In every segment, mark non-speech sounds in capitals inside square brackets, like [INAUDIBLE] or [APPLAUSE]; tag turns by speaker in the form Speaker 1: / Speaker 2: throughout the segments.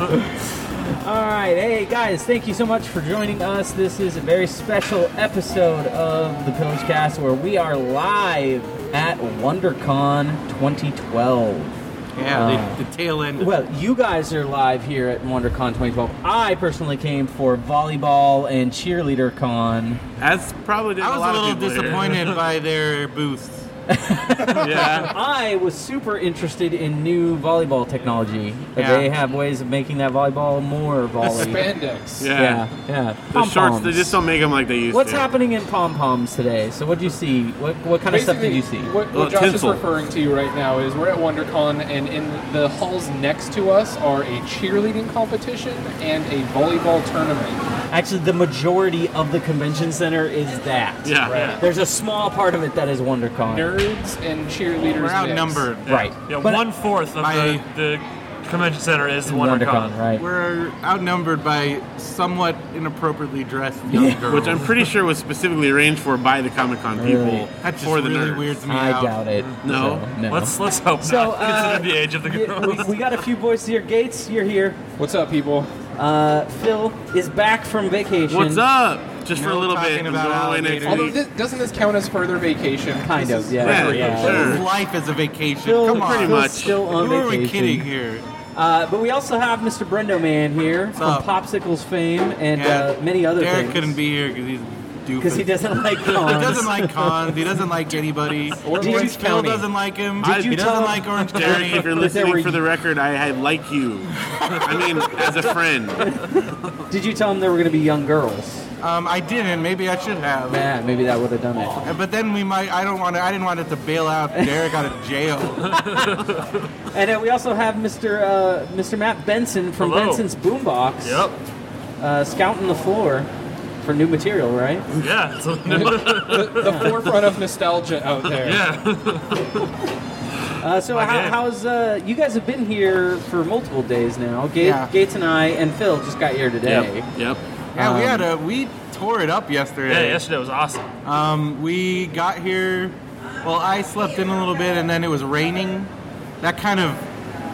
Speaker 1: All right, hey guys, thank you so much for joining us. This is a very special episode of the Pillagecast where we are live at WonderCon 2012.
Speaker 2: Yeah, the, the tail end.
Speaker 1: Well, you guys are live here at WonderCon 2012. I personally came for volleyball and cheerleader con.
Speaker 3: That's probably did
Speaker 2: I
Speaker 3: a
Speaker 2: was
Speaker 3: lot
Speaker 2: a
Speaker 3: of
Speaker 2: little
Speaker 3: people here. [LAUGHS]
Speaker 2: disappointed by their booth.
Speaker 3: yeah.
Speaker 1: I was super interested in new volleyball technology.
Speaker 2: Yeah.
Speaker 1: They have ways of making that volleyball more volley.
Speaker 4: Spandex.
Speaker 3: Yeah.
Speaker 1: Yeah, yeah.
Speaker 3: The
Speaker 1: Pom-poms.
Speaker 3: shorts, they just don't make them like they used
Speaker 1: What's
Speaker 3: to.
Speaker 1: happening in pom poms today? So, what do you see? What what kind of stuff did you see?
Speaker 4: What, what
Speaker 3: Uh,
Speaker 4: Josh
Speaker 3: tinsel.
Speaker 4: is referring to right now is we're at WonderCon, and in the halls next to us are a cheerleading competition and a volleyball tournament.
Speaker 1: Actually, the majority of the convention center is that.
Speaker 3: Yeah.
Speaker 4: Right.
Speaker 1: There's a small part of it that is WonderCon.
Speaker 4: Nerds and cheerleaders.
Speaker 2: We're
Speaker 4: mix.
Speaker 2: outnumbered.
Speaker 5: Yeah.
Speaker 1: Right.
Speaker 5: Yeah,
Speaker 1: But-
Speaker 5: one fourth of
Speaker 2: My-
Speaker 5: the, the convention center is the WonderCon.
Speaker 1: WonderCon, right?
Speaker 2: We're outnumbered by somewhat inappropriately dressed young girls.
Speaker 3: Which I'm pretty sure was specifically arranged for by the Comic Con people
Speaker 2: that just
Speaker 3: for the
Speaker 2: really
Speaker 3: nerds.
Speaker 2: weirds me
Speaker 1: I
Speaker 2: out.
Speaker 1: doubt it.
Speaker 3: No.
Speaker 1: So, no.
Speaker 5: Let's let's hope
Speaker 1: So,
Speaker 5: not.
Speaker 1: uh,
Speaker 5: Consider the age of the
Speaker 1: Yeah,
Speaker 5: girls.
Speaker 1: we, we got a few boys here. Gates, you're here.
Speaker 4: What's up, people?
Speaker 1: Uh, Phil is back from vacation.
Speaker 3: What's up? Just for a
Speaker 2: No
Speaker 3: little
Speaker 2: talking
Speaker 3: bit. I'm
Speaker 2: about
Speaker 3: going away next
Speaker 2: alligators.
Speaker 4: Although,
Speaker 3: week.
Speaker 4: this, doesn't this count as further vacation?
Speaker 1: Kind
Speaker 4: This
Speaker 1: of,
Speaker 4: is-
Speaker 1: yeah.
Speaker 3: Yeah,
Speaker 1: Yeah.
Speaker 3: sure.
Speaker 2: His life is a vacation.
Speaker 1: Phil-
Speaker 2: Come on.
Speaker 3: Pretty
Speaker 1: Phil's
Speaker 3: much.
Speaker 1: Still on
Speaker 2: Who are
Speaker 1: vacation.
Speaker 2: we kidding here?
Speaker 1: Uh, but we also have Mr. Brendo Man here from
Speaker 2: up?
Speaker 1: Popsicles fame and
Speaker 2: Yeah,
Speaker 1: uh, many other
Speaker 2: Derek
Speaker 1: things.
Speaker 2: couldn't be here because he's doofus.
Speaker 1: because he doesn't
Speaker 2: [LAUGHS]
Speaker 1: like
Speaker 2: He
Speaker 1: cons.
Speaker 2: doesn't like cons. He doesn't like anybody.
Speaker 4: Or
Speaker 1: Did
Speaker 4: Orange
Speaker 1: you-
Speaker 2: Phil
Speaker 4: County.
Speaker 2: doesn't like him.
Speaker 3: Did
Speaker 2: he
Speaker 1: you
Speaker 2: doesn't
Speaker 1: tell-
Speaker 2: like Orange [LAUGHS]
Speaker 3: Derek, if
Speaker 2: County.
Speaker 3: you're
Speaker 1: If there were-
Speaker 3: listening for the record, I, I like you. I mean, as a friend.
Speaker 1: Did you tell him there were going to be young girls?
Speaker 2: Um, I didn't. Maybe I should have.
Speaker 1: Yeah, maybe that would have done it.
Speaker 2: But then we might. I don't want. to. I didn't want it to bail out Derek out of jail.
Speaker 1: [LAUGHS] And uh, we also have Mr. Uh, Mr. Matt Benson from
Speaker 5: Hello.
Speaker 1: Benson's Boombox.
Speaker 5: yep.
Speaker 1: Uh, scouting the floor for new material, right?
Speaker 5: Yeah. So, no,
Speaker 4: The, the forefront of nostalgia out there.
Speaker 5: yeah.
Speaker 1: Uh, so how,
Speaker 5: man.
Speaker 1: how's uh, you guys have been here for multiple days now? Ga-
Speaker 2: Yeah.
Speaker 1: Gates and I and Phil just got here today.
Speaker 3: Yep. Yep.
Speaker 2: Yeah, we had a. We tore it up yesterday.
Speaker 5: Yeah. Yesterday was awesome.
Speaker 2: Um, we got here. Well, I slept in a little bit, and then it was raining. That kind of.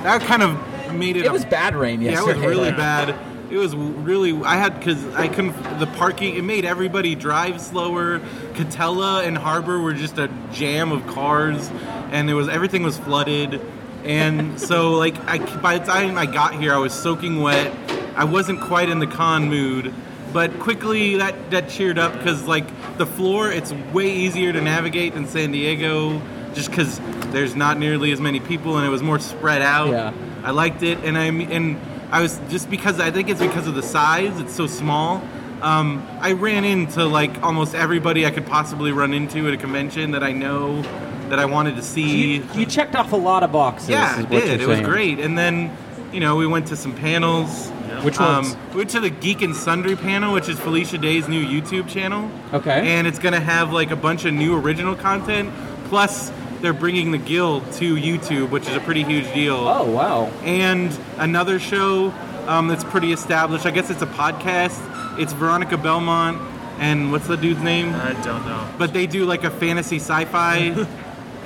Speaker 2: That kind of made it.
Speaker 1: It
Speaker 2: a-
Speaker 1: was bad rain
Speaker 2: Yeah,
Speaker 1: yesterday.
Speaker 2: it
Speaker 1: [LAUGHS]
Speaker 2: was really bad. It was really. I had because I couldn't. The parking. It made everybody drive slower. Catella and Harbor were just a jam of cars, and there was everything was flooded. And so, like, I by the time I got here, I was soaking wet. I wasn't quite in the con mood, but quickly that that cheered up because like the floor, it's way easier to navigate than San Diego, just because there's not nearly as many people and it was more spread out.
Speaker 1: Yeah.
Speaker 2: I liked it, and I and I was just because I think it's because of the size. It's so small. Um, I ran into like almost everybody I could possibly run into at a convention that I know that I wanted to see.
Speaker 1: You, you checked off a lot of boxes.
Speaker 2: yeah,
Speaker 1: is what
Speaker 2: it did. It
Speaker 1: you're
Speaker 2: was
Speaker 1: saying.
Speaker 2: great. And then you know we went to some panels. Um,
Speaker 4: Which ones?
Speaker 2: we went to the Geek and Sundry panel, which is Felicia Day's new YouTube channel.
Speaker 1: Okay.
Speaker 2: And it's gonna have like a bunch of new original content. Plus, they're bringing the Guild to YouTube, which is a pretty huge deal
Speaker 1: oh wow.
Speaker 2: and another show um, that's pretty established. I guess it's a podcast. It's Veronica Belmont and what's the dude's name?
Speaker 5: I don't know.
Speaker 2: But they do like a fantasy sci-fi,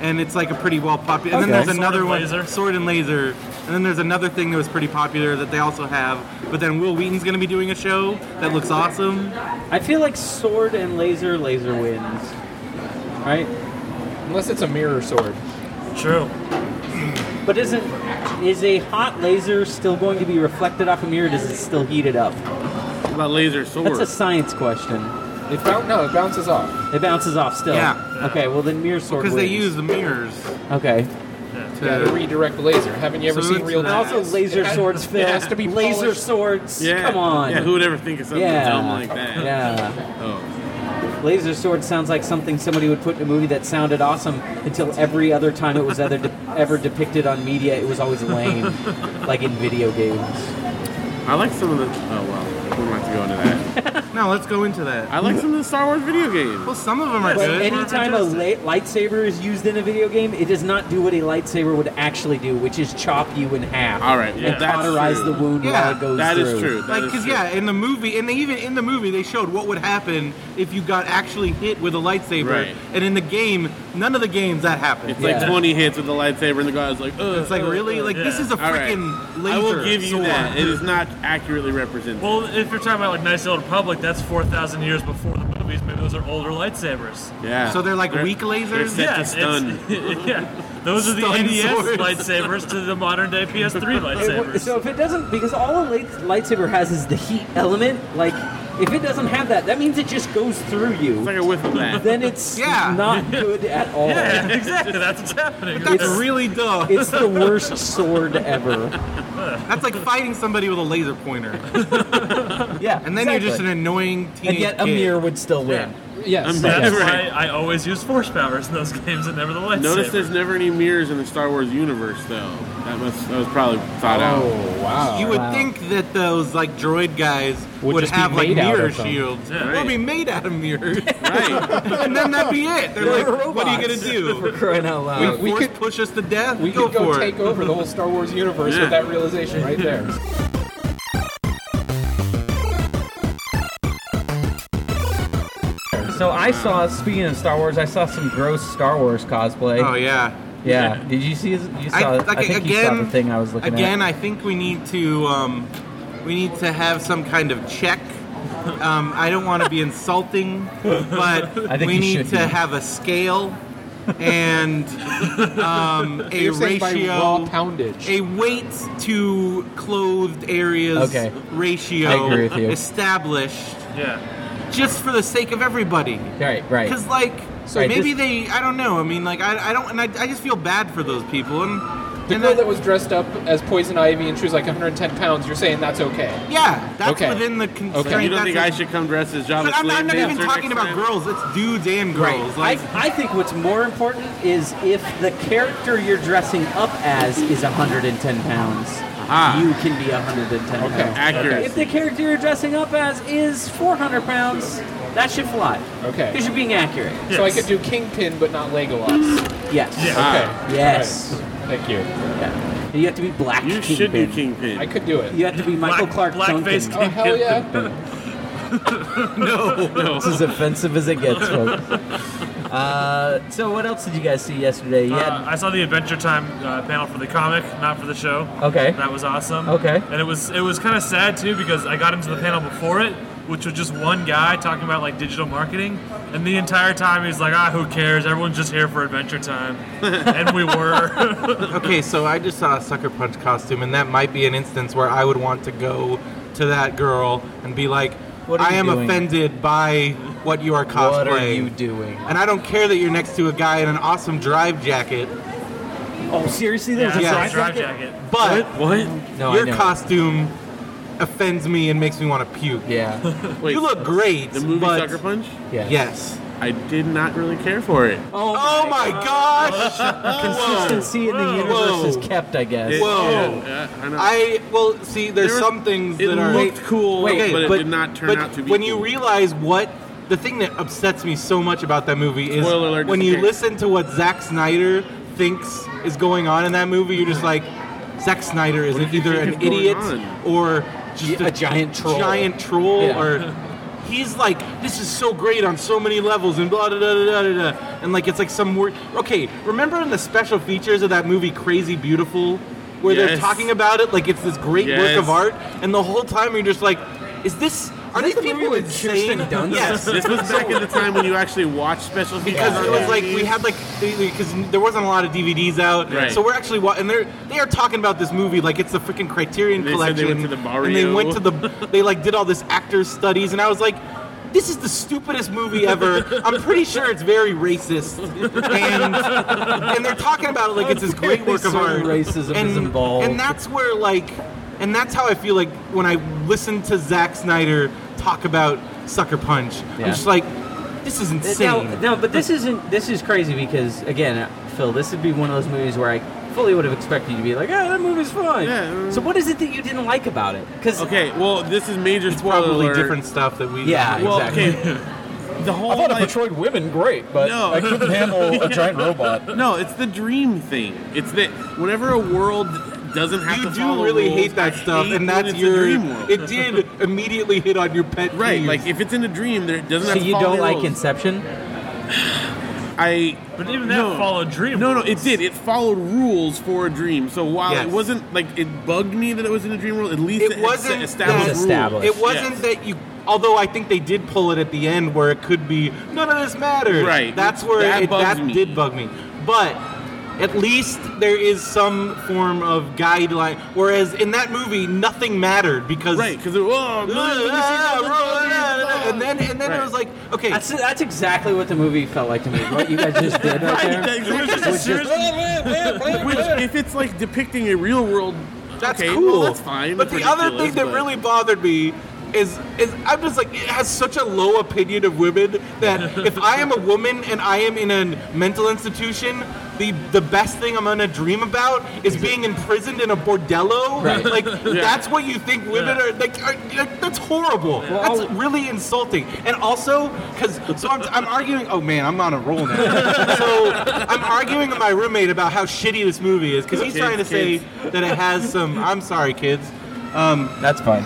Speaker 2: and it's like a pretty well popular. And
Speaker 1: Okay.
Speaker 2: then there's
Speaker 5: Sword
Speaker 2: another
Speaker 5: and
Speaker 2: one,
Speaker 5: Laser.
Speaker 2: Sword and Laser. And then there's another thing that was pretty popular that they also have. But then Will Wheaton's going to be doing a show that looks awesome.
Speaker 1: I feel like sword and laser, laser wins. Right?
Speaker 4: Unless it's a mirror sword.
Speaker 5: True.
Speaker 1: But isn't is a hot laser still going to be reflected off a mirror? Does it still heat it up?
Speaker 3: What about laser
Speaker 1: That's a
Speaker 3: swords?
Speaker 1: science question.
Speaker 4: It boun no, it bounces off.
Speaker 1: It bounces off still.
Speaker 2: Yeah.
Speaker 1: Okay. Well, then mirror sword.
Speaker 2: Because they
Speaker 1: wins.
Speaker 2: use the mirrors.
Speaker 1: Okay.
Speaker 2: To,
Speaker 4: Yeah, the redirect laser. Haven't you ever
Speaker 2: So
Speaker 4: seen
Speaker 2: it's-
Speaker 4: real?
Speaker 2: and
Speaker 1: And also,
Speaker 4: knives?
Speaker 1: laser
Speaker 4: It has-
Speaker 1: swords. Phil.
Speaker 4: It has to be
Speaker 1: laser
Speaker 4: polished.
Speaker 1: swords.
Speaker 3: yeah.
Speaker 1: Come on.
Speaker 3: Yeah, who would ever think of something
Speaker 1: yeah.
Speaker 3: dumb like that?
Speaker 1: Yeah.
Speaker 3: Oh.
Speaker 1: Laser sword sounds like something somebody would put in a movie that sounded awesome until every other time it was ever, de- ever depicted on media, it was always lame, like in video games.
Speaker 3: I like some of the. Oh, well. We don't have to go into that.
Speaker 2: No, let's go into that.
Speaker 3: I like some of the Star Wars video games.
Speaker 2: Well, some of them are
Speaker 1: But
Speaker 2: good.
Speaker 1: anytime a la- lightsaber is used in a video game, it does not do what a lightsaber would actually do, which is chop you in half.
Speaker 3: All right, well,
Speaker 1: and
Speaker 3: that's
Speaker 1: cauterize
Speaker 3: true.
Speaker 1: the wound
Speaker 2: Yeah,
Speaker 1: while it goes
Speaker 3: That
Speaker 1: through.
Speaker 3: is true. That
Speaker 2: like
Speaker 3: is
Speaker 2: because
Speaker 3: true.
Speaker 2: yeah in the movie and they even in the movie they showed what would happen if you got actually hit with a lightsaber
Speaker 3: Right.
Speaker 2: and in the game None of the games that happened.
Speaker 3: It's
Speaker 2: It's,
Speaker 1: Yeah.
Speaker 3: like 20 hits with the lightsaber, and the guy's like, Ugh,
Speaker 2: like really, like this
Speaker 5: Yeah.
Speaker 2: is a
Speaker 3: All right.
Speaker 2: freaking laser.
Speaker 3: I will give you
Speaker 2: sword.
Speaker 3: that. It is not accurately represented.
Speaker 5: Well, if you're talking about like Nice Old Republic, that's 4,000 years before the movies. Maybe those are older lightsabers.
Speaker 3: yeah.
Speaker 2: So they're like weak
Speaker 3: they're
Speaker 2: lasers.
Speaker 3: set
Speaker 5: yeah,
Speaker 3: to stun.
Speaker 5: it's- [LAUGHS] yeah. Those are the
Speaker 2: Stun
Speaker 5: NES
Speaker 2: swords.
Speaker 5: [LAUGHS] lightsabers to the modern day PS3
Speaker 1: [LAUGHS]
Speaker 5: lightsabers. [LAUGHS]
Speaker 1: So if it doesn't, because all a light, lightsaber has is the heat element. Like, if it doesn't have that, that means it just goes through
Speaker 3: It's like
Speaker 1: you.
Speaker 3: a wiffle bat.
Speaker 1: Then it's
Speaker 2: Yeah.
Speaker 1: not good at all.
Speaker 5: yeah, exactly. That's what's happening.
Speaker 2: That's
Speaker 1: It's-
Speaker 2: really dumb.
Speaker 1: It's the worst sword ever.
Speaker 2: That's like fighting somebody with a laser pointer,
Speaker 1: Yeah,
Speaker 2: and then you're just an annoying teenage
Speaker 1: and yet
Speaker 2: kid.
Speaker 1: Amir would still win.
Speaker 4: Yes.
Speaker 3: I'm-
Speaker 5: That's
Speaker 1: Yes.
Speaker 5: why I always use force powers in those [LAUGHS] games and never the lightsaber.
Speaker 3: Notice there's never any mirrors in the Star Wars universe, though. That must that was probably thought out.
Speaker 4: Oh wow.
Speaker 2: You would
Speaker 1: Wow.
Speaker 2: think that those like droid guys
Speaker 4: Would
Speaker 2: would,
Speaker 4: just be
Speaker 2: have like
Speaker 4: made out
Speaker 2: mirror
Speaker 4: of them.
Speaker 2: shields.
Speaker 5: Yeah.
Speaker 2: They'll be made out of
Speaker 3: [LAUGHS]
Speaker 2: mirrors, [LAUGHS]
Speaker 3: Right.
Speaker 2: and then that'd be it. They're like,
Speaker 1: They're
Speaker 2: what are you
Speaker 1: robots.
Speaker 2: gonna
Speaker 1: For
Speaker 2: do?
Speaker 1: crying out
Speaker 2: We,
Speaker 1: loud.
Speaker 4: we
Speaker 2: force
Speaker 4: could-
Speaker 2: push us to death.
Speaker 4: We
Speaker 2: go
Speaker 4: could go
Speaker 2: for
Speaker 4: take
Speaker 2: it.
Speaker 4: over the whole Star Wars universe
Speaker 3: Yeah.
Speaker 4: with that realization right there.
Speaker 1: [LAUGHS] So I saw. Speaking of Star Wars, I saw some gross Star Wars cosplay.
Speaker 2: Oh yeah.
Speaker 1: yeah. Did you see? You saw. I,
Speaker 2: I, like,
Speaker 1: think
Speaker 2: again,
Speaker 1: you saw the thing I was looking
Speaker 2: again,
Speaker 1: at.
Speaker 2: I think we need to um, we need to have some kind of check. Um, I don't want to be insulting, but
Speaker 1: [LAUGHS] I think
Speaker 2: we
Speaker 1: you
Speaker 2: need
Speaker 1: should
Speaker 2: to
Speaker 1: be.
Speaker 2: have a scale and
Speaker 1: [LAUGHS]
Speaker 2: um, a
Speaker 4: You're saying by raw
Speaker 2: ratio,
Speaker 4: poundage.
Speaker 2: a weight to clothed areas
Speaker 1: Okay.
Speaker 2: ratio
Speaker 1: I agree with you.
Speaker 2: established,
Speaker 5: yeah.
Speaker 2: just for the sake of everybody.
Speaker 1: Right. Right.
Speaker 2: Because like,
Speaker 1: Right,
Speaker 2: maybe
Speaker 1: this-
Speaker 2: they, I don't know. I mean, like, I, I don't, and I, I just feel bad for those people. And,
Speaker 4: the
Speaker 2: and
Speaker 4: girl
Speaker 2: that-
Speaker 4: that was dressed up as Poison Ivy and she was like 110 pounds. You're saying that's okay?
Speaker 2: yeah, that's
Speaker 4: Okay.
Speaker 2: within the constraint.
Speaker 4: Okay.
Speaker 3: You don't
Speaker 2: that's
Speaker 3: think I should come dressed as Jabba
Speaker 2: But I'm,
Speaker 3: Slave
Speaker 2: not- I'm not
Speaker 3: Dancer
Speaker 2: even talking
Speaker 3: next
Speaker 2: about
Speaker 3: time?
Speaker 2: girls. It's dudes and girls.
Speaker 1: Right. [LAUGHS]
Speaker 2: Like,
Speaker 1: I, I think what's more important is if the character you're dressing up as is 110 pounds,
Speaker 3: Aha.
Speaker 1: you can be 110
Speaker 4: Okay.
Speaker 1: pounds.
Speaker 3: Accurate.
Speaker 1: If the character you're dressing up as is 400 pounds, that should fly.
Speaker 4: Okay.
Speaker 1: Because you're being accurate.
Speaker 4: So I
Speaker 5: Yes.
Speaker 4: could do Kingpin but not Legolas.
Speaker 1: Yes.
Speaker 5: Yeah.
Speaker 3: Ah.
Speaker 4: Okay.
Speaker 1: Yes.
Speaker 4: Alright. Thank you.
Speaker 1: Yeah. And You have to be black.
Speaker 3: You
Speaker 1: Kingpin.
Speaker 3: should do Kingpin.
Speaker 4: I could do it.
Speaker 1: You have to be Michael Clark
Speaker 5: Black- blackface
Speaker 1: Duncan.
Speaker 5: King.
Speaker 4: Oh hell yeah!
Speaker 1: It's as offensive as it gets, folks. Uh, so what else did you guys see yesterday? You
Speaker 5: Uh,
Speaker 1: had-
Speaker 5: I saw the Adventure Time uh, panel for the comic, not for the show.
Speaker 1: okay.
Speaker 5: That was awesome.
Speaker 1: Okay.
Speaker 5: And it was it was kind of sad too because I got into the panel before it, which was just one guy talking about like digital marketing, and the entire time he's like, ah, who cares? Everyone's just here for
Speaker 2: [LAUGHS]
Speaker 5: Adventure Time, and we were.
Speaker 2: okay, so I just saw a sucker punch costume, and that might be an instance where I would want to go to that girl and be like,
Speaker 1: What are you
Speaker 2: I am
Speaker 1: doing?
Speaker 2: offended by what you are cosplaying.
Speaker 1: What are you doing?
Speaker 2: and I don't care that you're next to a guy in an awesome drive jacket,
Speaker 1: Oh, seriously? There
Speaker 5: yeah,
Speaker 1: was a
Speaker 5: I saw
Speaker 2: Yeah.
Speaker 5: a drive jacket.
Speaker 2: but
Speaker 3: What?
Speaker 1: No,
Speaker 2: your
Speaker 1: I know.
Speaker 2: costume offends me and makes me want to puke.
Speaker 1: Yeah.
Speaker 3: Wait,
Speaker 2: you look great,
Speaker 3: The movie
Speaker 2: but
Speaker 3: Sucker Punch?
Speaker 1: Yeah.
Speaker 2: yes.
Speaker 3: I did not really care for it.
Speaker 1: Oh,
Speaker 2: Oh my [LAUGHS] gosh!
Speaker 1: Consistency in the
Speaker 5: Whoa.
Speaker 1: universe
Speaker 2: Whoa.
Speaker 1: is kept, I guess.
Speaker 3: It-
Speaker 2: Whoa.
Speaker 3: yeah, yeah, I know.
Speaker 2: I well see. There's
Speaker 3: There was-
Speaker 2: some things
Speaker 3: it
Speaker 2: that are
Speaker 3: looked cool,
Speaker 1: wait,
Speaker 3: but, it did not turn
Speaker 2: but
Speaker 3: out to be.
Speaker 2: when you
Speaker 3: cool.
Speaker 2: realize what the thing that upsets me so much about that movie is
Speaker 3: Spoiler alert,
Speaker 2: when
Speaker 3: just
Speaker 2: you
Speaker 3: in case.
Speaker 2: listen to what Zack Snyder thinks is going on in that movie, you're just like, Zack Snyder is
Speaker 3: What do you
Speaker 2: either
Speaker 3: think
Speaker 2: an
Speaker 3: is going
Speaker 2: idiot
Speaker 3: on?
Speaker 2: or just
Speaker 1: Yeah, a giant troll.
Speaker 2: giant troll,
Speaker 1: Yeah.
Speaker 2: or.
Speaker 1: [LAUGHS]
Speaker 2: He's like, this is so great on so many levels, and blah da da da da da, da. and like it's like some word. Okay, remember in the special features of that movie Crazy Beautiful, where they're
Speaker 3: Yes.
Speaker 2: talking about it like it's this great work
Speaker 3: Yes.
Speaker 2: of art, and the whole time you're just like, is this? Are
Speaker 1: Is
Speaker 2: these
Speaker 1: that the movie
Speaker 2: people
Speaker 1: with
Speaker 2: insane?
Speaker 1: Kirsten Dunst?
Speaker 2: Yes,
Speaker 3: [LAUGHS] This was back at the time when you actually watched special features.
Speaker 2: because it was like we had like because there wasn't a lot of DVDs out,
Speaker 3: Right.
Speaker 2: so we're actually wa- and they're they are talking about this movie like it's the freaking Criterion
Speaker 3: They said
Speaker 2: collection.
Speaker 3: they went to the Barrio.
Speaker 2: And they went to the they like did all this actors studies, and I was like. This is the stupidest movie ever. I'm pretty sure it's very racist, and and they're talking about it like it's this great work of art.
Speaker 1: Certain racism
Speaker 2: and,
Speaker 1: is involved.
Speaker 2: and that's where like, and that's how I feel like when I listen to Zack Snyder talk about Sucker Punch,
Speaker 1: Yeah.
Speaker 2: I'm just like, this is insane.
Speaker 1: No, no, but this isn't. This is crazy because again, uh, Phil, this would be one of those movies where I fully would have expected you to be like, "Ah, that movie's fun."
Speaker 3: Yeah.
Speaker 1: So what is it that you didn't like about it? Because
Speaker 3: Okay, well, this is major
Speaker 2: It's
Speaker 3: spoiler
Speaker 2: probably
Speaker 3: alert.
Speaker 2: different stuff that we.
Speaker 1: Yeah.
Speaker 3: Well,
Speaker 1: Exactly.
Speaker 3: okay. The whole like-
Speaker 4: women great, but
Speaker 3: No. I couldn't [LAUGHS]
Speaker 4: handle a giant robot.
Speaker 3: no, it's the dream thing. It's that whenever a world doesn't have
Speaker 2: You
Speaker 3: to
Speaker 2: do
Speaker 3: follow
Speaker 2: really
Speaker 3: rules,
Speaker 2: hate that
Speaker 3: I
Speaker 2: stuff,
Speaker 3: hate
Speaker 2: and
Speaker 3: when
Speaker 2: that's
Speaker 3: it's a
Speaker 2: your.
Speaker 3: dream world.
Speaker 2: It did immediately hit on your pet.
Speaker 3: right.
Speaker 2: peeves.
Speaker 3: Like if it's in a dream, there it doesn't
Speaker 1: So
Speaker 3: have to
Speaker 1: you
Speaker 3: follow
Speaker 1: don't
Speaker 3: the
Speaker 1: like
Speaker 3: rules.
Speaker 1: Inception?
Speaker 3: I
Speaker 5: But even that
Speaker 3: no.
Speaker 5: followed
Speaker 3: [LAUGHS]
Speaker 5: Dream.
Speaker 3: No, no, it
Speaker 5: rules.
Speaker 3: did. It followed rules for a dream. So while
Speaker 2: Yes.
Speaker 3: it wasn't like it bugged me that it was in a dream world, at least
Speaker 2: It
Speaker 3: it,
Speaker 2: wasn't-
Speaker 3: wasn't established.
Speaker 2: It
Speaker 3: rules.
Speaker 2: was
Speaker 1: established.
Speaker 2: It wasn't
Speaker 3: Yes.
Speaker 2: that you. Although I think they did pull it at the end where it could be none of this matters.
Speaker 3: Right.
Speaker 2: That's where
Speaker 3: That
Speaker 2: it,
Speaker 3: bugs
Speaker 2: that
Speaker 3: me.
Speaker 2: did bug me. But at least there is some form of guideline. Whereas in that movie, nothing mattered because.
Speaker 3: Right,
Speaker 2: [LAUGHS]
Speaker 3: because it oh,
Speaker 2: And then, and then it
Speaker 3: Right.
Speaker 2: was like, okay,
Speaker 1: That's that's exactly what the movie felt like to me. What you guys just
Speaker 2: [LAUGHS]
Speaker 1: did right there.
Speaker 5: It's
Speaker 1: [LAUGHS]
Speaker 5: serious-
Speaker 3: Which, if it's like depicting a real world,
Speaker 2: That's
Speaker 3: okay,
Speaker 2: cool.
Speaker 3: well, that's fine.
Speaker 2: But
Speaker 3: That's
Speaker 2: the other
Speaker 3: ridiculous,
Speaker 2: thing that
Speaker 3: but-
Speaker 2: really bothered me is is I'm just like it has such a low opinion of women that if I am a woman and I am in a mental institution, the the best thing I'm gonna dream about is being imprisoned in a bordello.
Speaker 1: Right.
Speaker 2: Like that's what you think women are like, are like. That's horrible.
Speaker 1: Well,
Speaker 2: that's really insulting. And also because so I'm, I'm arguing. Oh man, I'm on a roll now. so I'm arguing with my roommate about how shitty this movie is because he's
Speaker 3: Kids,
Speaker 2: trying to say
Speaker 3: kids.
Speaker 2: that it has some. I'm sorry, kids.
Speaker 1: That's fine.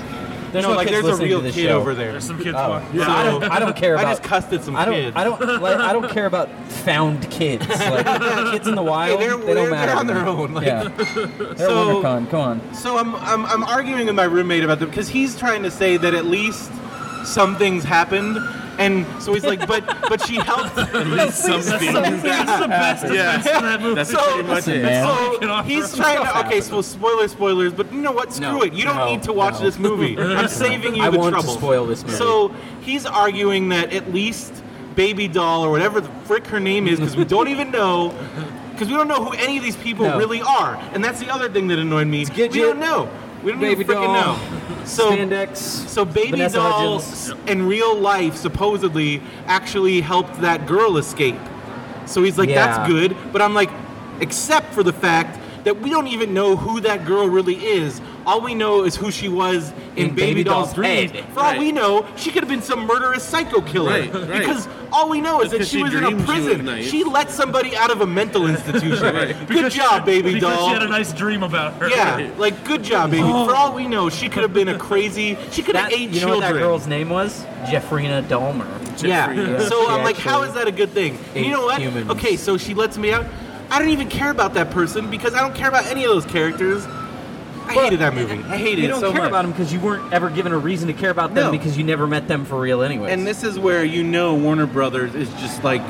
Speaker 1: There's
Speaker 2: no, like there's a real kid over there.
Speaker 5: There's some kids
Speaker 1: Oh.
Speaker 5: walking.
Speaker 1: I don't. I don't care
Speaker 2: I
Speaker 1: about.
Speaker 2: just cussed at some
Speaker 1: I don't.
Speaker 2: kids.
Speaker 1: I don't. [LAUGHS] Like, I don't care about found kids.
Speaker 2: [LAUGHS]
Speaker 1: Like kids in the wild.
Speaker 2: they're-
Speaker 1: they
Speaker 2: they're-
Speaker 1: don't
Speaker 2: they're
Speaker 1: matter.
Speaker 2: on
Speaker 1: to me.
Speaker 2: their own, like-
Speaker 1: yeah.
Speaker 2: [LAUGHS]
Speaker 1: They're
Speaker 2: So-
Speaker 1: WonderCon. Come
Speaker 2: [LAUGHS]
Speaker 1: on.
Speaker 2: So I'm, I'm I'm arguing with my roommate about them because he's trying to say that at least some things happened, and so he's like, but but she helped.
Speaker 5: That's the- that's the
Speaker 2: [LAUGHS]
Speaker 5: best
Speaker 3: Yeah.
Speaker 5: defense for that movie.
Speaker 3: That's
Speaker 2: So-
Speaker 3: pretty much
Speaker 1: Listen,
Speaker 3: it.
Speaker 1: man.
Speaker 2: So he's trying to. Okay, so spoiler, spoilers, but you know what? Screw
Speaker 1: No,
Speaker 2: it. You don't
Speaker 1: no,
Speaker 2: need to watch
Speaker 1: no. [LAUGHS]
Speaker 2: this movie. I'm saving you
Speaker 1: I
Speaker 2: the
Speaker 1: want to
Speaker 2: trouble.
Speaker 1: spoil this movie.
Speaker 2: So he's arguing that at least Baby Doll or whatever the frick her name is, because we don't even know. Because we don't know who any of these people
Speaker 1: No.
Speaker 2: really are, and that's the other thing that annoyed me.
Speaker 1: Gidget,
Speaker 2: we don't know. We don't
Speaker 1: Baby
Speaker 2: even freaking
Speaker 1: Doll,
Speaker 2: know. So
Speaker 1: Spandex.
Speaker 2: so baby
Speaker 1: Vanessa
Speaker 2: doll
Speaker 1: Hudgens.
Speaker 2: in real life supposedly actually helped that girl escape. So he's like,
Speaker 1: Yeah.
Speaker 2: that's good. But I'm like, except for the fact that we don't even know who that girl really is. All we know is who she was in, Baby, Doll's, dreams.
Speaker 1: head.
Speaker 2: For all
Speaker 3: Right.
Speaker 2: we know, she could have been some murderous psycho killer.
Speaker 3: Right, right.
Speaker 2: Because all we know is
Speaker 3: Just
Speaker 2: that
Speaker 3: 'cause
Speaker 2: she
Speaker 3: she
Speaker 2: was in a
Speaker 3: dreamed she was
Speaker 2: prison. She,
Speaker 3: nice.
Speaker 2: let somebody out of a
Speaker 5: [LAUGHS]
Speaker 2: mental institution. Good
Speaker 5: Because she-
Speaker 2: job, Baby
Speaker 5: because
Speaker 2: Doll.
Speaker 5: she had a nice dream about her.
Speaker 1: [LAUGHS]
Speaker 5: [LAUGHS]
Speaker 2: Yeah, like good job, baby. For all we know, she could have been a crazy. She could have
Speaker 1: Oh. That,
Speaker 2: ate
Speaker 1: you know what
Speaker 2: children.
Speaker 1: that girl's name was? Jeffrina Dahmer.
Speaker 2: yeah.
Speaker 3: Jeffrey.
Speaker 2: So
Speaker 1: She
Speaker 2: I'm like, how
Speaker 1: actually
Speaker 2: is that a good thing? And
Speaker 1: ate
Speaker 2: you know what?
Speaker 1: humans.
Speaker 2: Okay, so she lets me out. I don't even care about that person because I don't care about any of those characters. I hated that movie. I hated
Speaker 1: You
Speaker 2: it
Speaker 1: don't
Speaker 2: so
Speaker 1: care
Speaker 2: much.
Speaker 1: about them because you weren't ever given a reason to care about them
Speaker 2: No.
Speaker 1: because you never met them for real, anyways.
Speaker 2: And this is where you know Warner Brothers is just like,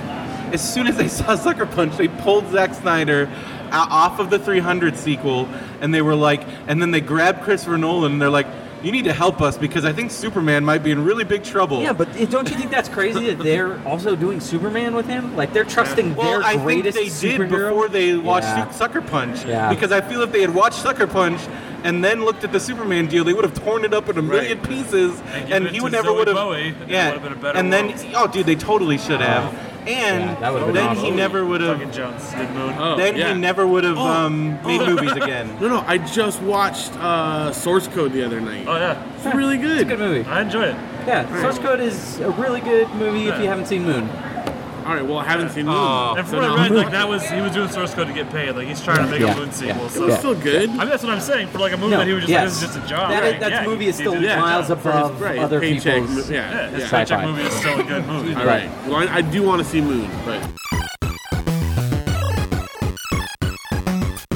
Speaker 2: as soon as they [LAUGHS] saw Sucker Punch, they pulled Zack Snyder o- off of the 300 sequel, and they were like, and then they grabbed Christopher Nolan, and they're like, you need to help us because I think Superman might be in really big trouble.
Speaker 1: yeah, but it- don't you think that's crazy that they're also doing Superman with him? Like they're trusting
Speaker 2: well,
Speaker 1: their
Speaker 2: I think
Speaker 1: greatest
Speaker 2: they did
Speaker 1: superhero?
Speaker 2: before they watched
Speaker 1: Yeah.
Speaker 2: Su- Sucker Punch.
Speaker 1: Yeah.
Speaker 2: Because I feel if they had watched Sucker Punch and then looked at the Superman deal, they would have torn it up into a million pieces,
Speaker 5: And
Speaker 2: and,
Speaker 5: given it
Speaker 2: he
Speaker 5: to
Speaker 2: would never
Speaker 5: Zoe
Speaker 2: would have.
Speaker 5: Bowie, and it
Speaker 2: yeah.
Speaker 5: would've been a better
Speaker 2: and then,
Speaker 5: world.
Speaker 2: oh, dude, they totally should have.
Speaker 1: Yeah,
Speaker 2: And
Speaker 1: that would've been
Speaker 2: then
Speaker 1: awesome.
Speaker 2: he never would
Speaker 5: Duncan
Speaker 2: have.
Speaker 5: Jones did Moon.
Speaker 3: Oh,
Speaker 2: Then
Speaker 3: yeah.
Speaker 2: he never would have um, made movies
Speaker 3: [LAUGHS]
Speaker 2: again.
Speaker 3: No, no. I just watched uh, Source Code the other night.
Speaker 5: Oh yeah,
Speaker 3: It's really
Speaker 1: It's a
Speaker 3: good.
Speaker 1: good movie.
Speaker 5: I enjoyed it.
Speaker 1: Yeah, Source Code is a really good movie if you haven't seen Moon.
Speaker 3: All right. Well, I haven't seen Moon.
Speaker 2: Oh.
Speaker 5: And
Speaker 3: so
Speaker 5: from what
Speaker 3: no.
Speaker 5: I read, like that was he was doing source code to get paid. Like he's trying to make
Speaker 1: Yeah.
Speaker 5: a Moon sequel.
Speaker 1: Yeah.
Speaker 3: It
Speaker 5: So
Speaker 3: was
Speaker 1: Yeah.
Speaker 3: still good.
Speaker 5: I mean, that's what I'm saying. For like a movie that he was just like, this is just a job.
Speaker 1: That,
Speaker 5: right?
Speaker 1: that
Speaker 5: yeah,
Speaker 1: movie is
Speaker 5: he
Speaker 1: still
Speaker 5: did it.
Speaker 1: miles
Speaker 3: For his-
Speaker 1: above
Speaker 3: right,
Speaker 1: other
Speaker 3: paycheck,
Speaker 1: people's.
Speaker 5: Yeah,
Speaker 3: Yeah.
Speaker 5: his
Speaker 3: yeah.
Speaker 5: paycheck
Speaker 1: Sci-fi.
Speaker 5: movie is still a good movie.
Speaker 3: All right. Well, I, I do want to see Moon, but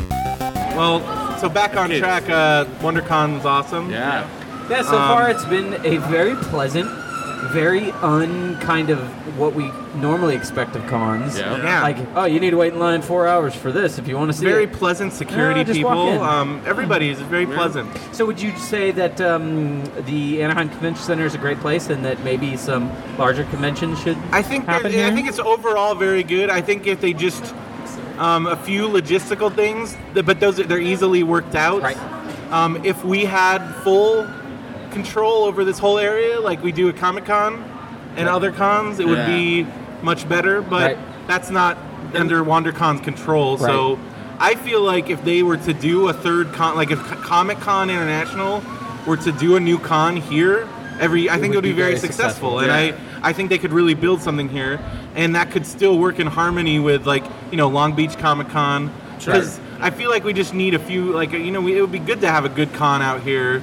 Speaker 2: Well, so back on
Speaker 3: Okay.
Speaker 2: track. Uh, WonderCon was awesome.
Speaker 3: yeah.
Speaker 1: Yeah, so
Speaker 2: Um,
Speaker 1: far it's been a very pleasant, very unkind of what we normally expect of cons.
Speaker 3: Yeah.
Speaker 2: Yeah.
Speaker 1: Like, oh, you need to wait in line four hours for this if you want to see
Speaker 2: very
Speaker 1: it.
Speaker 2: pleasant security
Speaker 1: No, just walk in.
Speaker 2: people. Um, everybody is very pleasant.
Speaker 1: So would you say that um, the Anaheim Convention Center is a great place and that maybe some larger conventions should
Speaker 2: I think that,
Speaker 1: happen
Speaker 2: I
Speaker 1: here?
Speaker 2: think it's overall very good. I think if they just um, a few logistical things, th- but those are- they're easily worked out.
Speaker 1: Right.
Speaker 2: Um, if we had full control over this whole area, like we do at Comic Con and other cons, it would
Speaker 3: Yeah.
Speaker 2: be much better. But
Speaker 1: Right.
Speaker 2: that's not under WonderCon's control. So I feel like if they were to do a third con, like if Comic Con International were to do a new con here every, I think it would be, very successful. And
Speaker 3: yeah.
Speaker 2: I I think they could really build something here, and that could still work in harmony with like you know Long Beach Comic Con.
Speaker 3: Sure.
Speaker 2: I feel like we just need a few like you know we, it would be good to have a good con out here.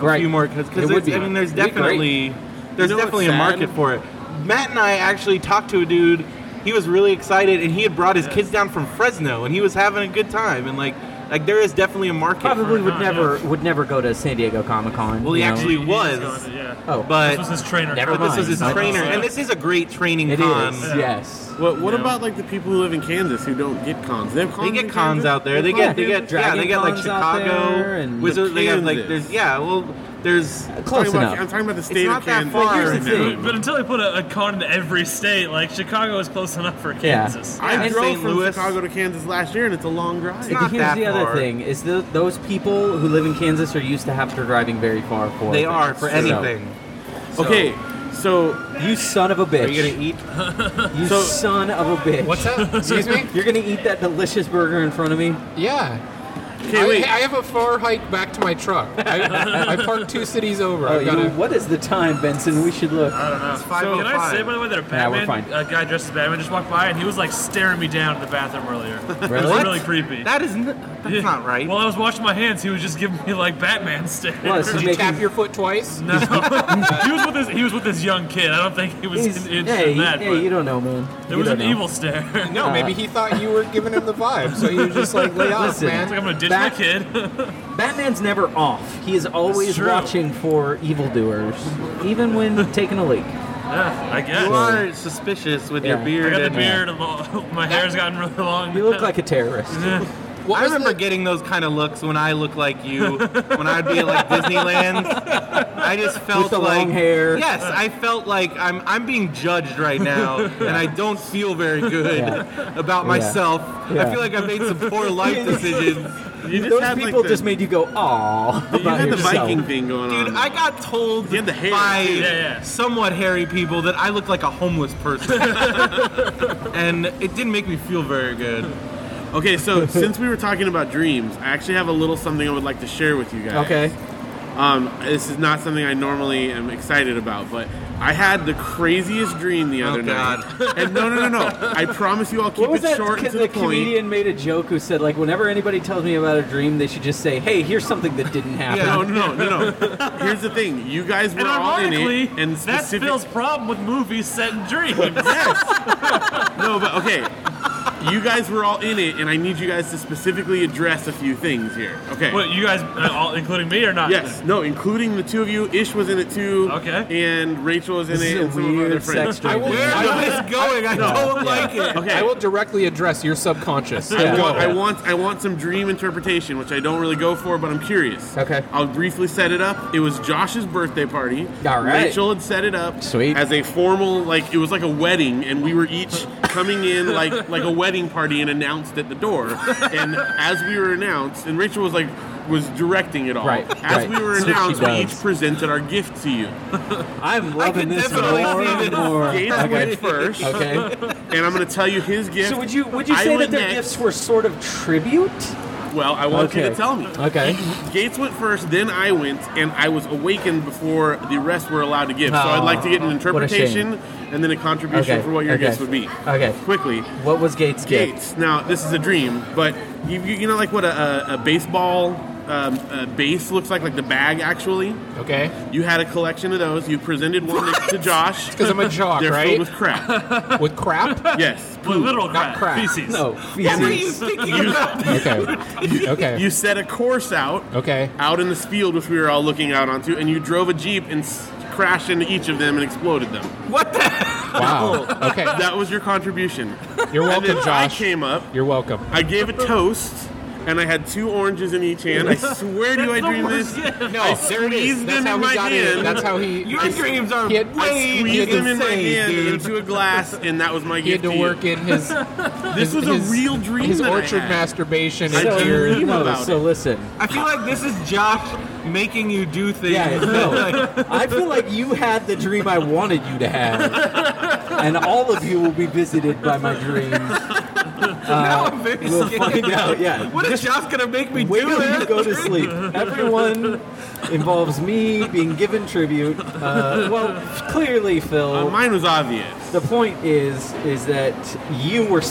Speaker 2: A
Speaker 1: Right.
Speaker 2: few more because
Speaker 1: It would be.
Speaker 2: I mean there's
Speaker 1: It'd be great.
Speaker 2: definitely there's
Speaker 3: You know what's
Speaker 2: definitely a
Speaker 3: sad?
Speaker 2: market for it. Matt and I actually talked to a dude he was really excited, and he had brought his kids down from Fresno, and he was having a good time. And like, like there is definitely a market.
Speaker 5: Probably
Speaker 2: For
Speaker 1: Probably would
Speaker 5: not,
Speaker 1: never would never go to San Diego Comic Con.
Speaker 2: Well, he
Speaker 1: you know?
Speaker 2: [LAUGHS] actually
Speaker 5: He- he's
Speaker 2: was,
Speaker 5: going to- yeah.
Speaker 1: Oh,
Speaker 2: but
Speaker 5: this was his trainer.
Speaker 1: Never
Speaker 2: but this was
Speaker 1: mind.
Speaker 2: his
Speaker 1: I-
Speaker 2: trainer, and this is a great training
Speaker 1: it
Speaker 2: con.
Speaker 1: is.
Speaker 5: Yeah.
Speaker 1: Yes.
Speaker 3: What, what
Speaker 5: Yeah.
Speaker 3: about like the people who live in Kansas who don't get cons? They have cons.
Speaker 2: They get
Speaker 3: in
Speaker 2: cons
Speaker 3: Kansas?
Speaker 2: out there. They
Speaker 3: They
Speaker 2: get
Speaker 3: have
Speaker 2: they
Speaker 3: cons
Speaker 2: get yeah. They
Speaker 1: Dragon
Speaker 2: get like
Speaker 1: cons out there
Speaker 2: Chicago
Speaker 1: and-
Speaker 2: Wizard. They have like
Speaker 3: Kansas.
Speaker 2: there's yeah. Well, there's
Speaker 1: Close
Speaker 3: I'm talking
Speaker 1: enough.
Speaker 3: About, I'm talking about the state
Speaker 2: not
Speaker 3: of
Speaker 2: that
Speaker 3: Kansas.
Speaker 2: far.
Speaker 3: right
Speaker 1: Here's the
Speaker 3: now.
Speaker 1: thing.
Speaker 5: But until they put a, a con in every state, like Chicago is close enough for
Speaker 1: Yeah.
Speaker 5: Kansas.
Speaker 3: I
Speaker 2: Yeah,
Speaker 3: drove
Speaker 2: St.
Speaker 3: from
Speaker 2: Louis.
Speaker 3: Chicago to Kansas last year, and it's a long drive.
Speaker 2: It's not
Speaker 1: Here's
Speaker 2: that
Speaker 1: the other
Speaker 2: far.
Speaker 1: thing: is tho- those people who live in Kansas are used to have to driving very far for.
Speaker 2: they
Speaker 1: things.
Speaker 2: are for
Speaker 1: So,
Speaker 2: anything. So-
Speaker 3: okay, so
Speaker 1: you son of a bitch!
Speaker 2: Are you gonna eat?
Speaker 1: You
Speaker 3: So-
Speaker 1: son of a bitch!
Speaker 4: What's that? Excuse me?
Speaker 1: You're gonna eat that delicious burger in front of me?
Speaker 4: Yeah.
Speaker 3: okay,
Speaker 4: I,
Speaker 3: wait.
Speaker 4: I have a far hike back to my truck. I, I parked two cities over.
Speaker 1: Oh,
Speaker 4: I've got
Speaker 1: you-
Speaker 4: to.
Speaker 1: what is the time, Benson? We should look.
Speaker 5: I don't know. It's
Speaker 2: five
Speaker 5: Can
Speaker 2: oh
Speaker 5: I
Speaker 2: five.
Speaker 5: say by the way that a
Speaker 1: Nah, we're
Speaker 5: Batman,
Speaker 1: fine.
Speaker 5: a guy dressed as Batman, just walked by and he was like staring me down in the bathroom earlier. [LAUGHS] It
Speaker 1: Really?
Speaker 5: was really creepy.
Speaker 2: That is n- that's
Speaker 5: Yeah.
Speaker 2: not right.
Speaker 5: Well, I was washing my hands. He was just giving me like Batman [LAUGHS] stares.
Speaker 1: Plus, he's making.
Speaker 4: Tap your foot twice.
Speaker 5: no, [LAUGHS] he was with this. He was with this young kid. I don't think he was
Speaker 1: he's-
Speaker 5: in, in
Speaker 1: hey,
Speaker 5: in that.
Speaker 1: hey,
Speaker 5: but
Speaker 1: you don't know, man.
Speaker 5: it
Speaker 1: You
Speaker 5: was
Speaker 1: don't
Speaker 5: an
Speaker 1: know.
Speaker 5: evil stare. [LAUGHS]
Speaker 4: No,
Speaker 3: Uh.
Speaker 4: maybe he thought you were giving him the vibe, so you was just like, lay off,
Speaker 1: Listen,
Speaker 5: It's like
Speaker 4: man.
Speaker 5: I'm gonna ditch
Speaker 1: Back-
Speaker 5: my kid. [LAUGHS]
Speaker 1: Batman's never off. He is always
Speaker 5: That's true.
Speaker 1: watching for evildoers, even when taking a leak.
Speaker 5: yeah, I guess.
Speaker 2: you are suspicious with
Speaker 1: Yeah.
Speaker 2: your
Speaker 1: I
Speaker 5: I
Speaker 2: beard.
Speaker 5: got the
Speaker 2: and-
Speaker 5: beard. and all- [LAUGHS] My hair's gotten really long. [LAUGHS]
Speaker 1: You look like a terrorist.
Speaker 4: What
Speaker 2: I
Speaker 4: was
Speaker 2: remember
Speaker 4: the-
Speaker 2: getting those kind of looks when I looked like
Speaker 5: [LAUGHS]
Speaker 2: you, when I'd be at like Disneyland. I just felt
Speaker 1: the
Speaker 2: like
Speaker 1: long hair.
Speaker 2: Yes, I felt like I'm I'm being judged
Speaker 1: [LAUGHS]
Speaker 2: right now, and I don't feel very good
Speaker 1: Yeah.
Speaker 2: about
Speaker 1: Yeah.
Speaker 2: myself.
Speaker 1: Yeah.
Speaker 2: I feel like I made some poor
Speaker 1: [LAUGHS]
Speaker 2: life decisions.
Speaker 3: you just
Speaker 1: Those
Speaker 3: had, like,
Speaker 1: people
Speaker 3: the-
Speaker 1: just made you go, "Aw."
Speaker 3: You
Speaker 1: about
Speaker 3: had the
Speaker 1: yourself.
Speaker 3: Viking thing going on.
Speaker 2: Dude, I got told
Speaker 3: You had the hair,
Speaker 2: by
Speaker 3: too.
Speaker 5: Yeah, yeah.
Speaker 2: somewhat hairy people that I look like a homeless person, and it didn't make me feel very good.
Speaker 3: Okay, so since we were talking about dreams, I actually have a little something I would like to share with you guys.
Speaker 1: Okay.
Speaker 3: Um, this is not something I normally am excited about, but I had the craziest dream the other
Speaker 2: Oh, God.
Speaker 3: night. [LAUGHS] And no, no, no, no. I promise you, I'll keep
Speaker 1: What was
Speaker 3: it
Speaker 1: that?
Speaker 3: short and
Speaker 1: kid-
Speaker 3: to
Speaker 1: The,
Speaker 3: the, point.
Speaker 1: comedian made a joke who said, like, whenever anybody tells me about a dream, they should just say, "Hey, here's something that didn't happen."
Speaker 2: Yeah.
Speaker 3: No, no, no, no. Here's the thing: you guys were
Speaker 5: And
Speaker 3: all in
Speaker 5: ironically,
Speaker 3: it, and
Speaker 5: that's
Speaker 3: specific.
Speaker 5: Phil's problem with movies set in dreams. [LAUGHS]
Speaker 3: no, but okay. You guys were all in it, and I need you guys to specifically address a few things here. Okay.
Speaker 5: What you guys, uh, all, including me or not?
Speaker 3: Yes, no, including the two of you. Ish was in it too.
Speaker 5: Okay.
Speaker 3: And Rachel was in
Speaker 1: This
Speaker 3: it,
Speaker 1: is a
Speaker 3: [LAUGHS] and some of our other
Speaker 1: weird
Speaker 3: friends.
Speaker 1: sex dream.
Speaker 4: I will-
Speaker 2: Where
Speaker 4: I
Speaker 2: is this going? I don't
Speaker 1: Yeah.
Speaker 2: like it.
Speaker 3: Okay.
Speaker 4: I will directly address your subconscious.
Speaker 1: Yeah.
Speaker 3: I want,
Speaker 1: Go.
Speaker 3: I want I want some dream interpretation, which I don't really go for, but I'm curious.
Speaker 1: Okay.
Speaker 3: I'll briefly set it up. It was Josh's birthday party.
Speaker 1: All right.
Speaker 3: Rachel had set it up.
Speaker 1: Sweet.
Speaker 3: As a formal, like it was like a wedding, and we were each coming in like like a wedding party and announced at the door. And as we were announced, and Rachel was like was directing it all.
Speaker 1: Right,
Speaker 3: As
Speaker 1: right.
Speaker 3: we were
Speaker 1: That's what she
Speaker 3: announced, we
Speaker 1: does.
Speaker 3: each presented our gift to you.
Speaker 1: I'm loving
Speaker 2: could
Speaker 1: this more
Speaker 2: definitely see
Speaker 1: and
Speaker 2: this.
Speaker 1: more.
Speaker 3: [LAUGHS] Gates
Speaker 1: Okay.
Speaker 3: went first,
Speaker 1: [LAUGHS]
Speaker 3: [LAUGHS]
Speaker 1: Okay.
Speaker 3: and I'm going to tell you his gift.
Speaker 1: So would you would you
Speaker 3: I
Speaker 1: say that
Speaker 3: went
Speaker 1: their
Speaker 3: next.
Speaker 1: gifts were sort of tribute?
Speaker 3: Well, I want you
Speaker 1: Okay.
Speaker 3: to tell me.
Speaker 1: Okay.
Speaker 3: Gates went first, then I went, and I was awakened before the rest were allowed to give. So
Speaker 1: Oh,
Speaker 3: I'd like to get an
Speaker 1: what a shame.
Speaker 3: interpretation and then a contribution
Speaker 1: Okay,
Speaker 3: for what your
Speaker 1: okay.
Speaker 3: guess would be.
Speaker 1: Okay.
Speaker 3: Quickly,
Speaker 1: What was Gates' gift?
Speaker 3: Gates. Now this is a dream, but you, you, you know, like what a, a, a baseball um, uh base looks like, like the bag. Actually,
Speaker 4: Okay?
Speaker 3: you had a collection of those. You presented one to- to Josh.
Speaker 4: Because
Speaker 3: [LAUGHS]
Speaker 4: I'm a jock,
Speaker 3: They're
Speaker 4: right?
Speaker 3: filled with
Speaker 1: [LAUGHS]
Speaker 3: crap.
Speaker 4: With, crap?
Speaker 3: yes.
Speaker 5: With literal
Speaker 4: Not
Speaker 5: crap,
Speaker 4: crap.
Speaker 5: feces.
Speaker 1: No,
Speaker 2: What are you
Speaker 3: [LAUGHS]
Speaker 1: feces.
Speaker 2: thinking about?
Speaker 4: Okay. Okay.
Speaker 3: You set a course out.
Speaker 4: okay.
Speaker 3: out in this field, which we were all looking out onto, and you drove a jeep and s- crashed into each of them and exploded them.
Speaker 2: What the?
Speaker 4: Wow. Okay.
Speaker 3: That was your contribution.
Speaker 4: You're
Speaker 3: And then
Speaker 4: welcome, Josh.
Speaker 3: I came up,
Speaker 4: You're welcome.
Speaker 3: I gave a toast, and I had two oranges in each
Speaker 1: [LAUGHS]
Speaker 3: hand. I swear to you, I
Speaker 5: That's the
Speaker 3: dreamed
Speaker 5: worst
Speaker 3: this.
Speaker 5: gift.
Speaker 3: I squeezed
Speaker 4: That's
Speaker 3: them
Speaker 4: how
Speaker 3: in
Speaker 4: he
Speaker 3: my
Speaker 4: got in.
Speaker 3: hand.
Speaker 4: That's how he.
Speaker 2: Your
Speaker 4: I-
Speaker 2: dreams are
Speaker 4: he had-
Speaker 3: I
Speaker 4: Wait,
Speaker 2: way.
Speaker 4: he had
Speaker 3: squeezed
Speaker 4: to
Speaker 3: them in my
Speaker 4: say,
Speaker 3: hand
Speaker 4: dude.
Speaker 3: into a glass, and that was my
Speaker 4: He had
Speaker 3: gift
Speaker 4: to
Speaker 3: to you.
Speaker 4: work in his.
Speaker 3: [LAUGHS] This
Speaker 4: his-
Speaker 3: was a
Speaker 4: his-
Speaker 3: real dream
Speaker 4: His
Speaker 3: that I
Speaker 4: orchard
Speaker 3: had.
Speaker 4: masturbation and
Speaker 1: So,
Speaker 4: tears.
Speaker 1: you know,
Speaker 3: about
Speaker 1: so
Speaker 3: it.
Speaker 1: listen.
Speaker 2: I feel like this is Josh making you do things. [LAUGHS]
Speaker 1: Yeah, no. I feel like you had the dream I wanted you to have, and all of you will be visited by my
Speaker 2: [LAUGHS]
Speaker 1: dreams. Uh,
Speaker 2: now I'm very
Speaker 1: We'll
Speaker 2: scared.
Speaker 1: find out. Yeah.
Speaker 2: What is Josh gonna make me
Speaker 1: Wait
Speaker 2: do?
Speaker 1: till you
Speaker 2: man?
Speaker 1: go to sleep. Everyone involves me being given tribute. Uh, well, clearly, Phil.
Speaker 3: Uh, mine was obvious.
Speaker 1: the point is, is that you were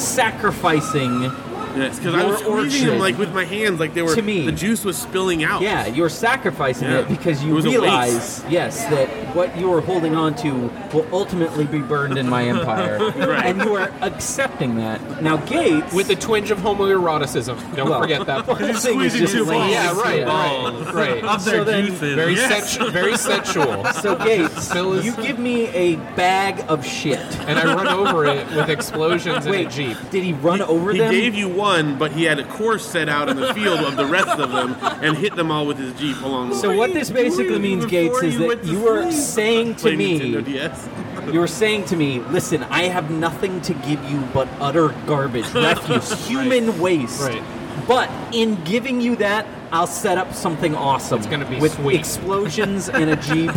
Speaker 1: sacrificing.
Speaker 3: Yes, because I
Speaker 1: Your
Speaker 3: was squeezing them
Speaker 1: orchard.
Speaker 3: like with my hands, like they were.
Speaker 1: To me.
Speaker 3: the juice was spilling out.
Speaker 1: Yeah, you were sacrificing
Speaker 3: Yeah.
Speaker 1: it because
Speaker 3: It
Speaker 1: you
Speaker 3: was a waste.
Speaker 1: realize, yes, that what you are holding on to will ultimately be burned in my empire.
Speaker 3: Right.
Speaker 1: And you are accepting that. Now, Gates.
Speaker 4: With a twinge of homoeroticism. Don't
Speaker 1: Well, [LAUGHS]
Speaker 4: forget that part.
Speaker 1: the
Speaker 5: He's
Speaker 1: thing is
Speaker 5: squeezing
Speaker 1: just
Speaker 5: two
Speaker 1: like-
Speaker 5: balls.
Speaker 4: Yeah, right,
Speaker 5: Two
Speaker 4: right,
Speaker 5: balls.
Speaker 4: right.
Speaker 5: Up their
Speaker 1: So then,
Speaker 4: [LAUGHS]
Speaker 5: juices.
Speaker 4: Very,
Speaker 5: yes.
Speaker 4: sensu- very sensual.
Speaker 1: So, Gates,
Speaker 4: Phil is-
Speaker 1: you give me a bag of shit.
Speaker 4: And I run over it with explosions in
Speaker 1: Wait,
Speaker 4: a Jeep.
Speaker 1: did he run over
Speaker 3: He
Speaker 1: them?
Speaker 3: gave you one, but he had a course set out in the field of the rest of them and hit them all with his jeep along the
Speaker 1: so
Speaker 3: way.
Speaker 1: what this basically
Speaker 3: doing
Speaker 1: means,
Speaker 3: before
Speaker 1: Gates, is
Speaker 3: you
Speaker 1: that
Speaker 3: went to
Speaker 1: you are
Speaker 3: sleep?
Speaker 1: saying to
Speaker 3: Play
Speaker 1: me,
Speaker 3: Nintendo DS.
Speaker 1: you were saying to me, listen, I have nothing to give you but utter
Speaker 4: [LAUGHS]
Speaker 1: garbage, refuse, human waste.
Speaker 4: Right.
Speaker 1: But in giving you that, I'll set up something awesome. It's
Speaker 4: gonna be
Speaker 1: with
Speaker 4: sweet.
Speaker 1: explosions and a
Speaker 4: [LAUGHS]
Speaker 1: jeep.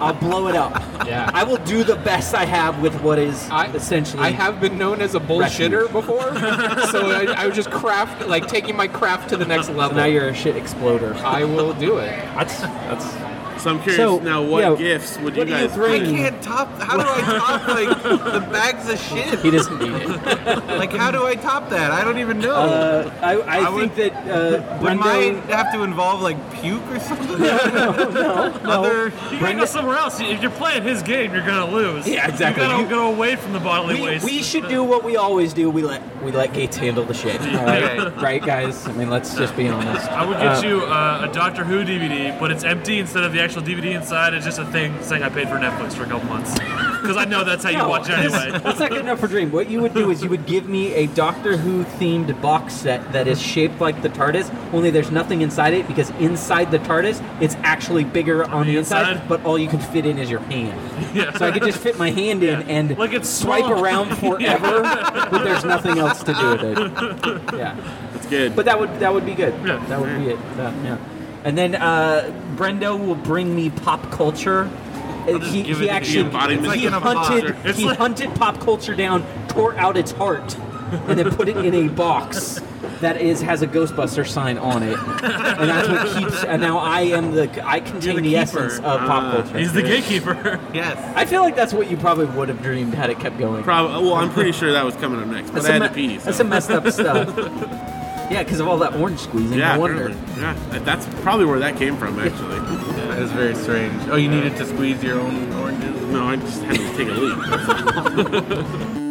Speaker 1: I'll blow it up.
Speaker 4: Yeah.
Speaker 1: I will do the best I have with what is
Speaker 4: I,
Speaker 1: essentially.
Speaker 4: I have been known as a bullshitter
Speaker 1: Refuge.
Speaker 4: before, so I, I was just craft, like taking my craft to the next
Speaker 1: So
Speaker 4: level.
Speaker 1: now you're a shit exploder. [LAUGHS]
Speaker 4: I will do it.
Speaker 5: That's that's
Speaker 3: So I'm curious
Speaker 1: So,
Speaker 3: now, what
Speaker 1: yeah,
Speaker 3: gifts would you
Speaker 1: what do you
Speaker 3: guys
Speaker 2: I
Speaker 1: bring?
Speaker 2: can't top. How do I top like the bags of
Speaker 1: He
Speaker 2: shit?
Speaker 1: doesn't need
Speaker 4: [LAUGHS]
Speaker 1: it.
Speaker 2: Like how do I top that? I don't even know.
Speaker 1: Uh, I, I,
Speaker 2: I
Speaker 1: think
Speaker 2: would-
Speaker 1: that uh,
Speaker 2: Would
Speaker 1: Brendo.
Speaker 2: mine have to involve like puke or something? [LAUGHS] no, Other,
Speaker 5: you gotta go somewhere else. If you're playing his game, you're gonna lose.
Speaker 1: Yeah, exactly.
Speaker 5: You gotta
Speaker 1: You-
Speaker 5: go away from the bodily
Speaker 1: we,
Speaker 5: waste.
Speaker 1: we should do what we always do. We let we let Gates handle the shit. All right, right, guys. I mean, let's just be honest.
Speaker 5: I would get you uh, a Doctor Who DVD, but it's empty instead of the actual DVD inside. It's just a thing saying I paid for Netflix for a couple months because I know that's how you
Speaker 1: No,
Speaker 5: watch
Speaker 1: [LAUGHS]
Speaker 5: it anyway.
Speaker 1: That's not good enough for Dream. What you would do is you would give me a Doctor Who themed box set that is shaped like the TARDIS, only there's nothing inside it because inside the TARDIS, it's actually bigger on, the
Speaker 5: the
Speaker 1: inside,
Speaker 5: inside?
Speaker 1: but all you can fit in is your hand.
Speaker 5: Yeah.
Speaker 1: So I could just fit my hand in and
Speaker 5: Like it's
Speaker 1: swipe
Speaker 5: small. [LAUGHS]
Speaker 1: around forever, but there's nothing else to do with it.
Speaker 5: [LAUGHS]
Speaker 1: Yeah.
Speaker 3: That's good.
Speaker 1: But that would that would be good.
Speaker 5: Yeah.
Speaker 1: That would be it. That- yeah. And then uh, Brendo will bring me pop culture. Uh, He,
Speaker 5: give
Speaker 1: he
Speaker 5: it-
Speaker 1: actually
Speaker 3: the embodiment.
Speaker 1: he
Speaker 2: It's like in a
Speaker 1: hunted
Speaker 2: box.
Speaker 5: It's
Speaker 1: he
Speaker 5: like-
Speaker 1: hunted pop culture down, tore out its heart, and then put it in a box that is has a Ghostbuster sign on it, and that's what keeps. And now I am the I contain
Speaker 2: the
Speaker 1: the,
Speaker 2: keeper.
Speaker 1: essence of pop culture.
Speaker 5: He's the gatekeeper.
Speaker 2: yes.
Speaker 1: I feel like that's what you probably would have dreamed had it kept going.
Speaker 3: Prob- well, I'm pretty sure that was coming up next, but
Speaker 1: That's,
Speaker 3: I
Speaker 1: some,
Speaker 3: had to pee. So.
Speaker 1: that's some messed up stuff. yeah, because of all that orange squeezing.
Speaker 3: yeah,
Speaker 1: I wonder.
Speaker 3: apparently. yeah, that's probably where that came
Speaker 1: [LAUGHS]
Speaker 3: from, actually.
Speaker 2: That is very strange. Oh, you needed to squeeze your own oranges.
Speaker 3: no, I just had to take a leak.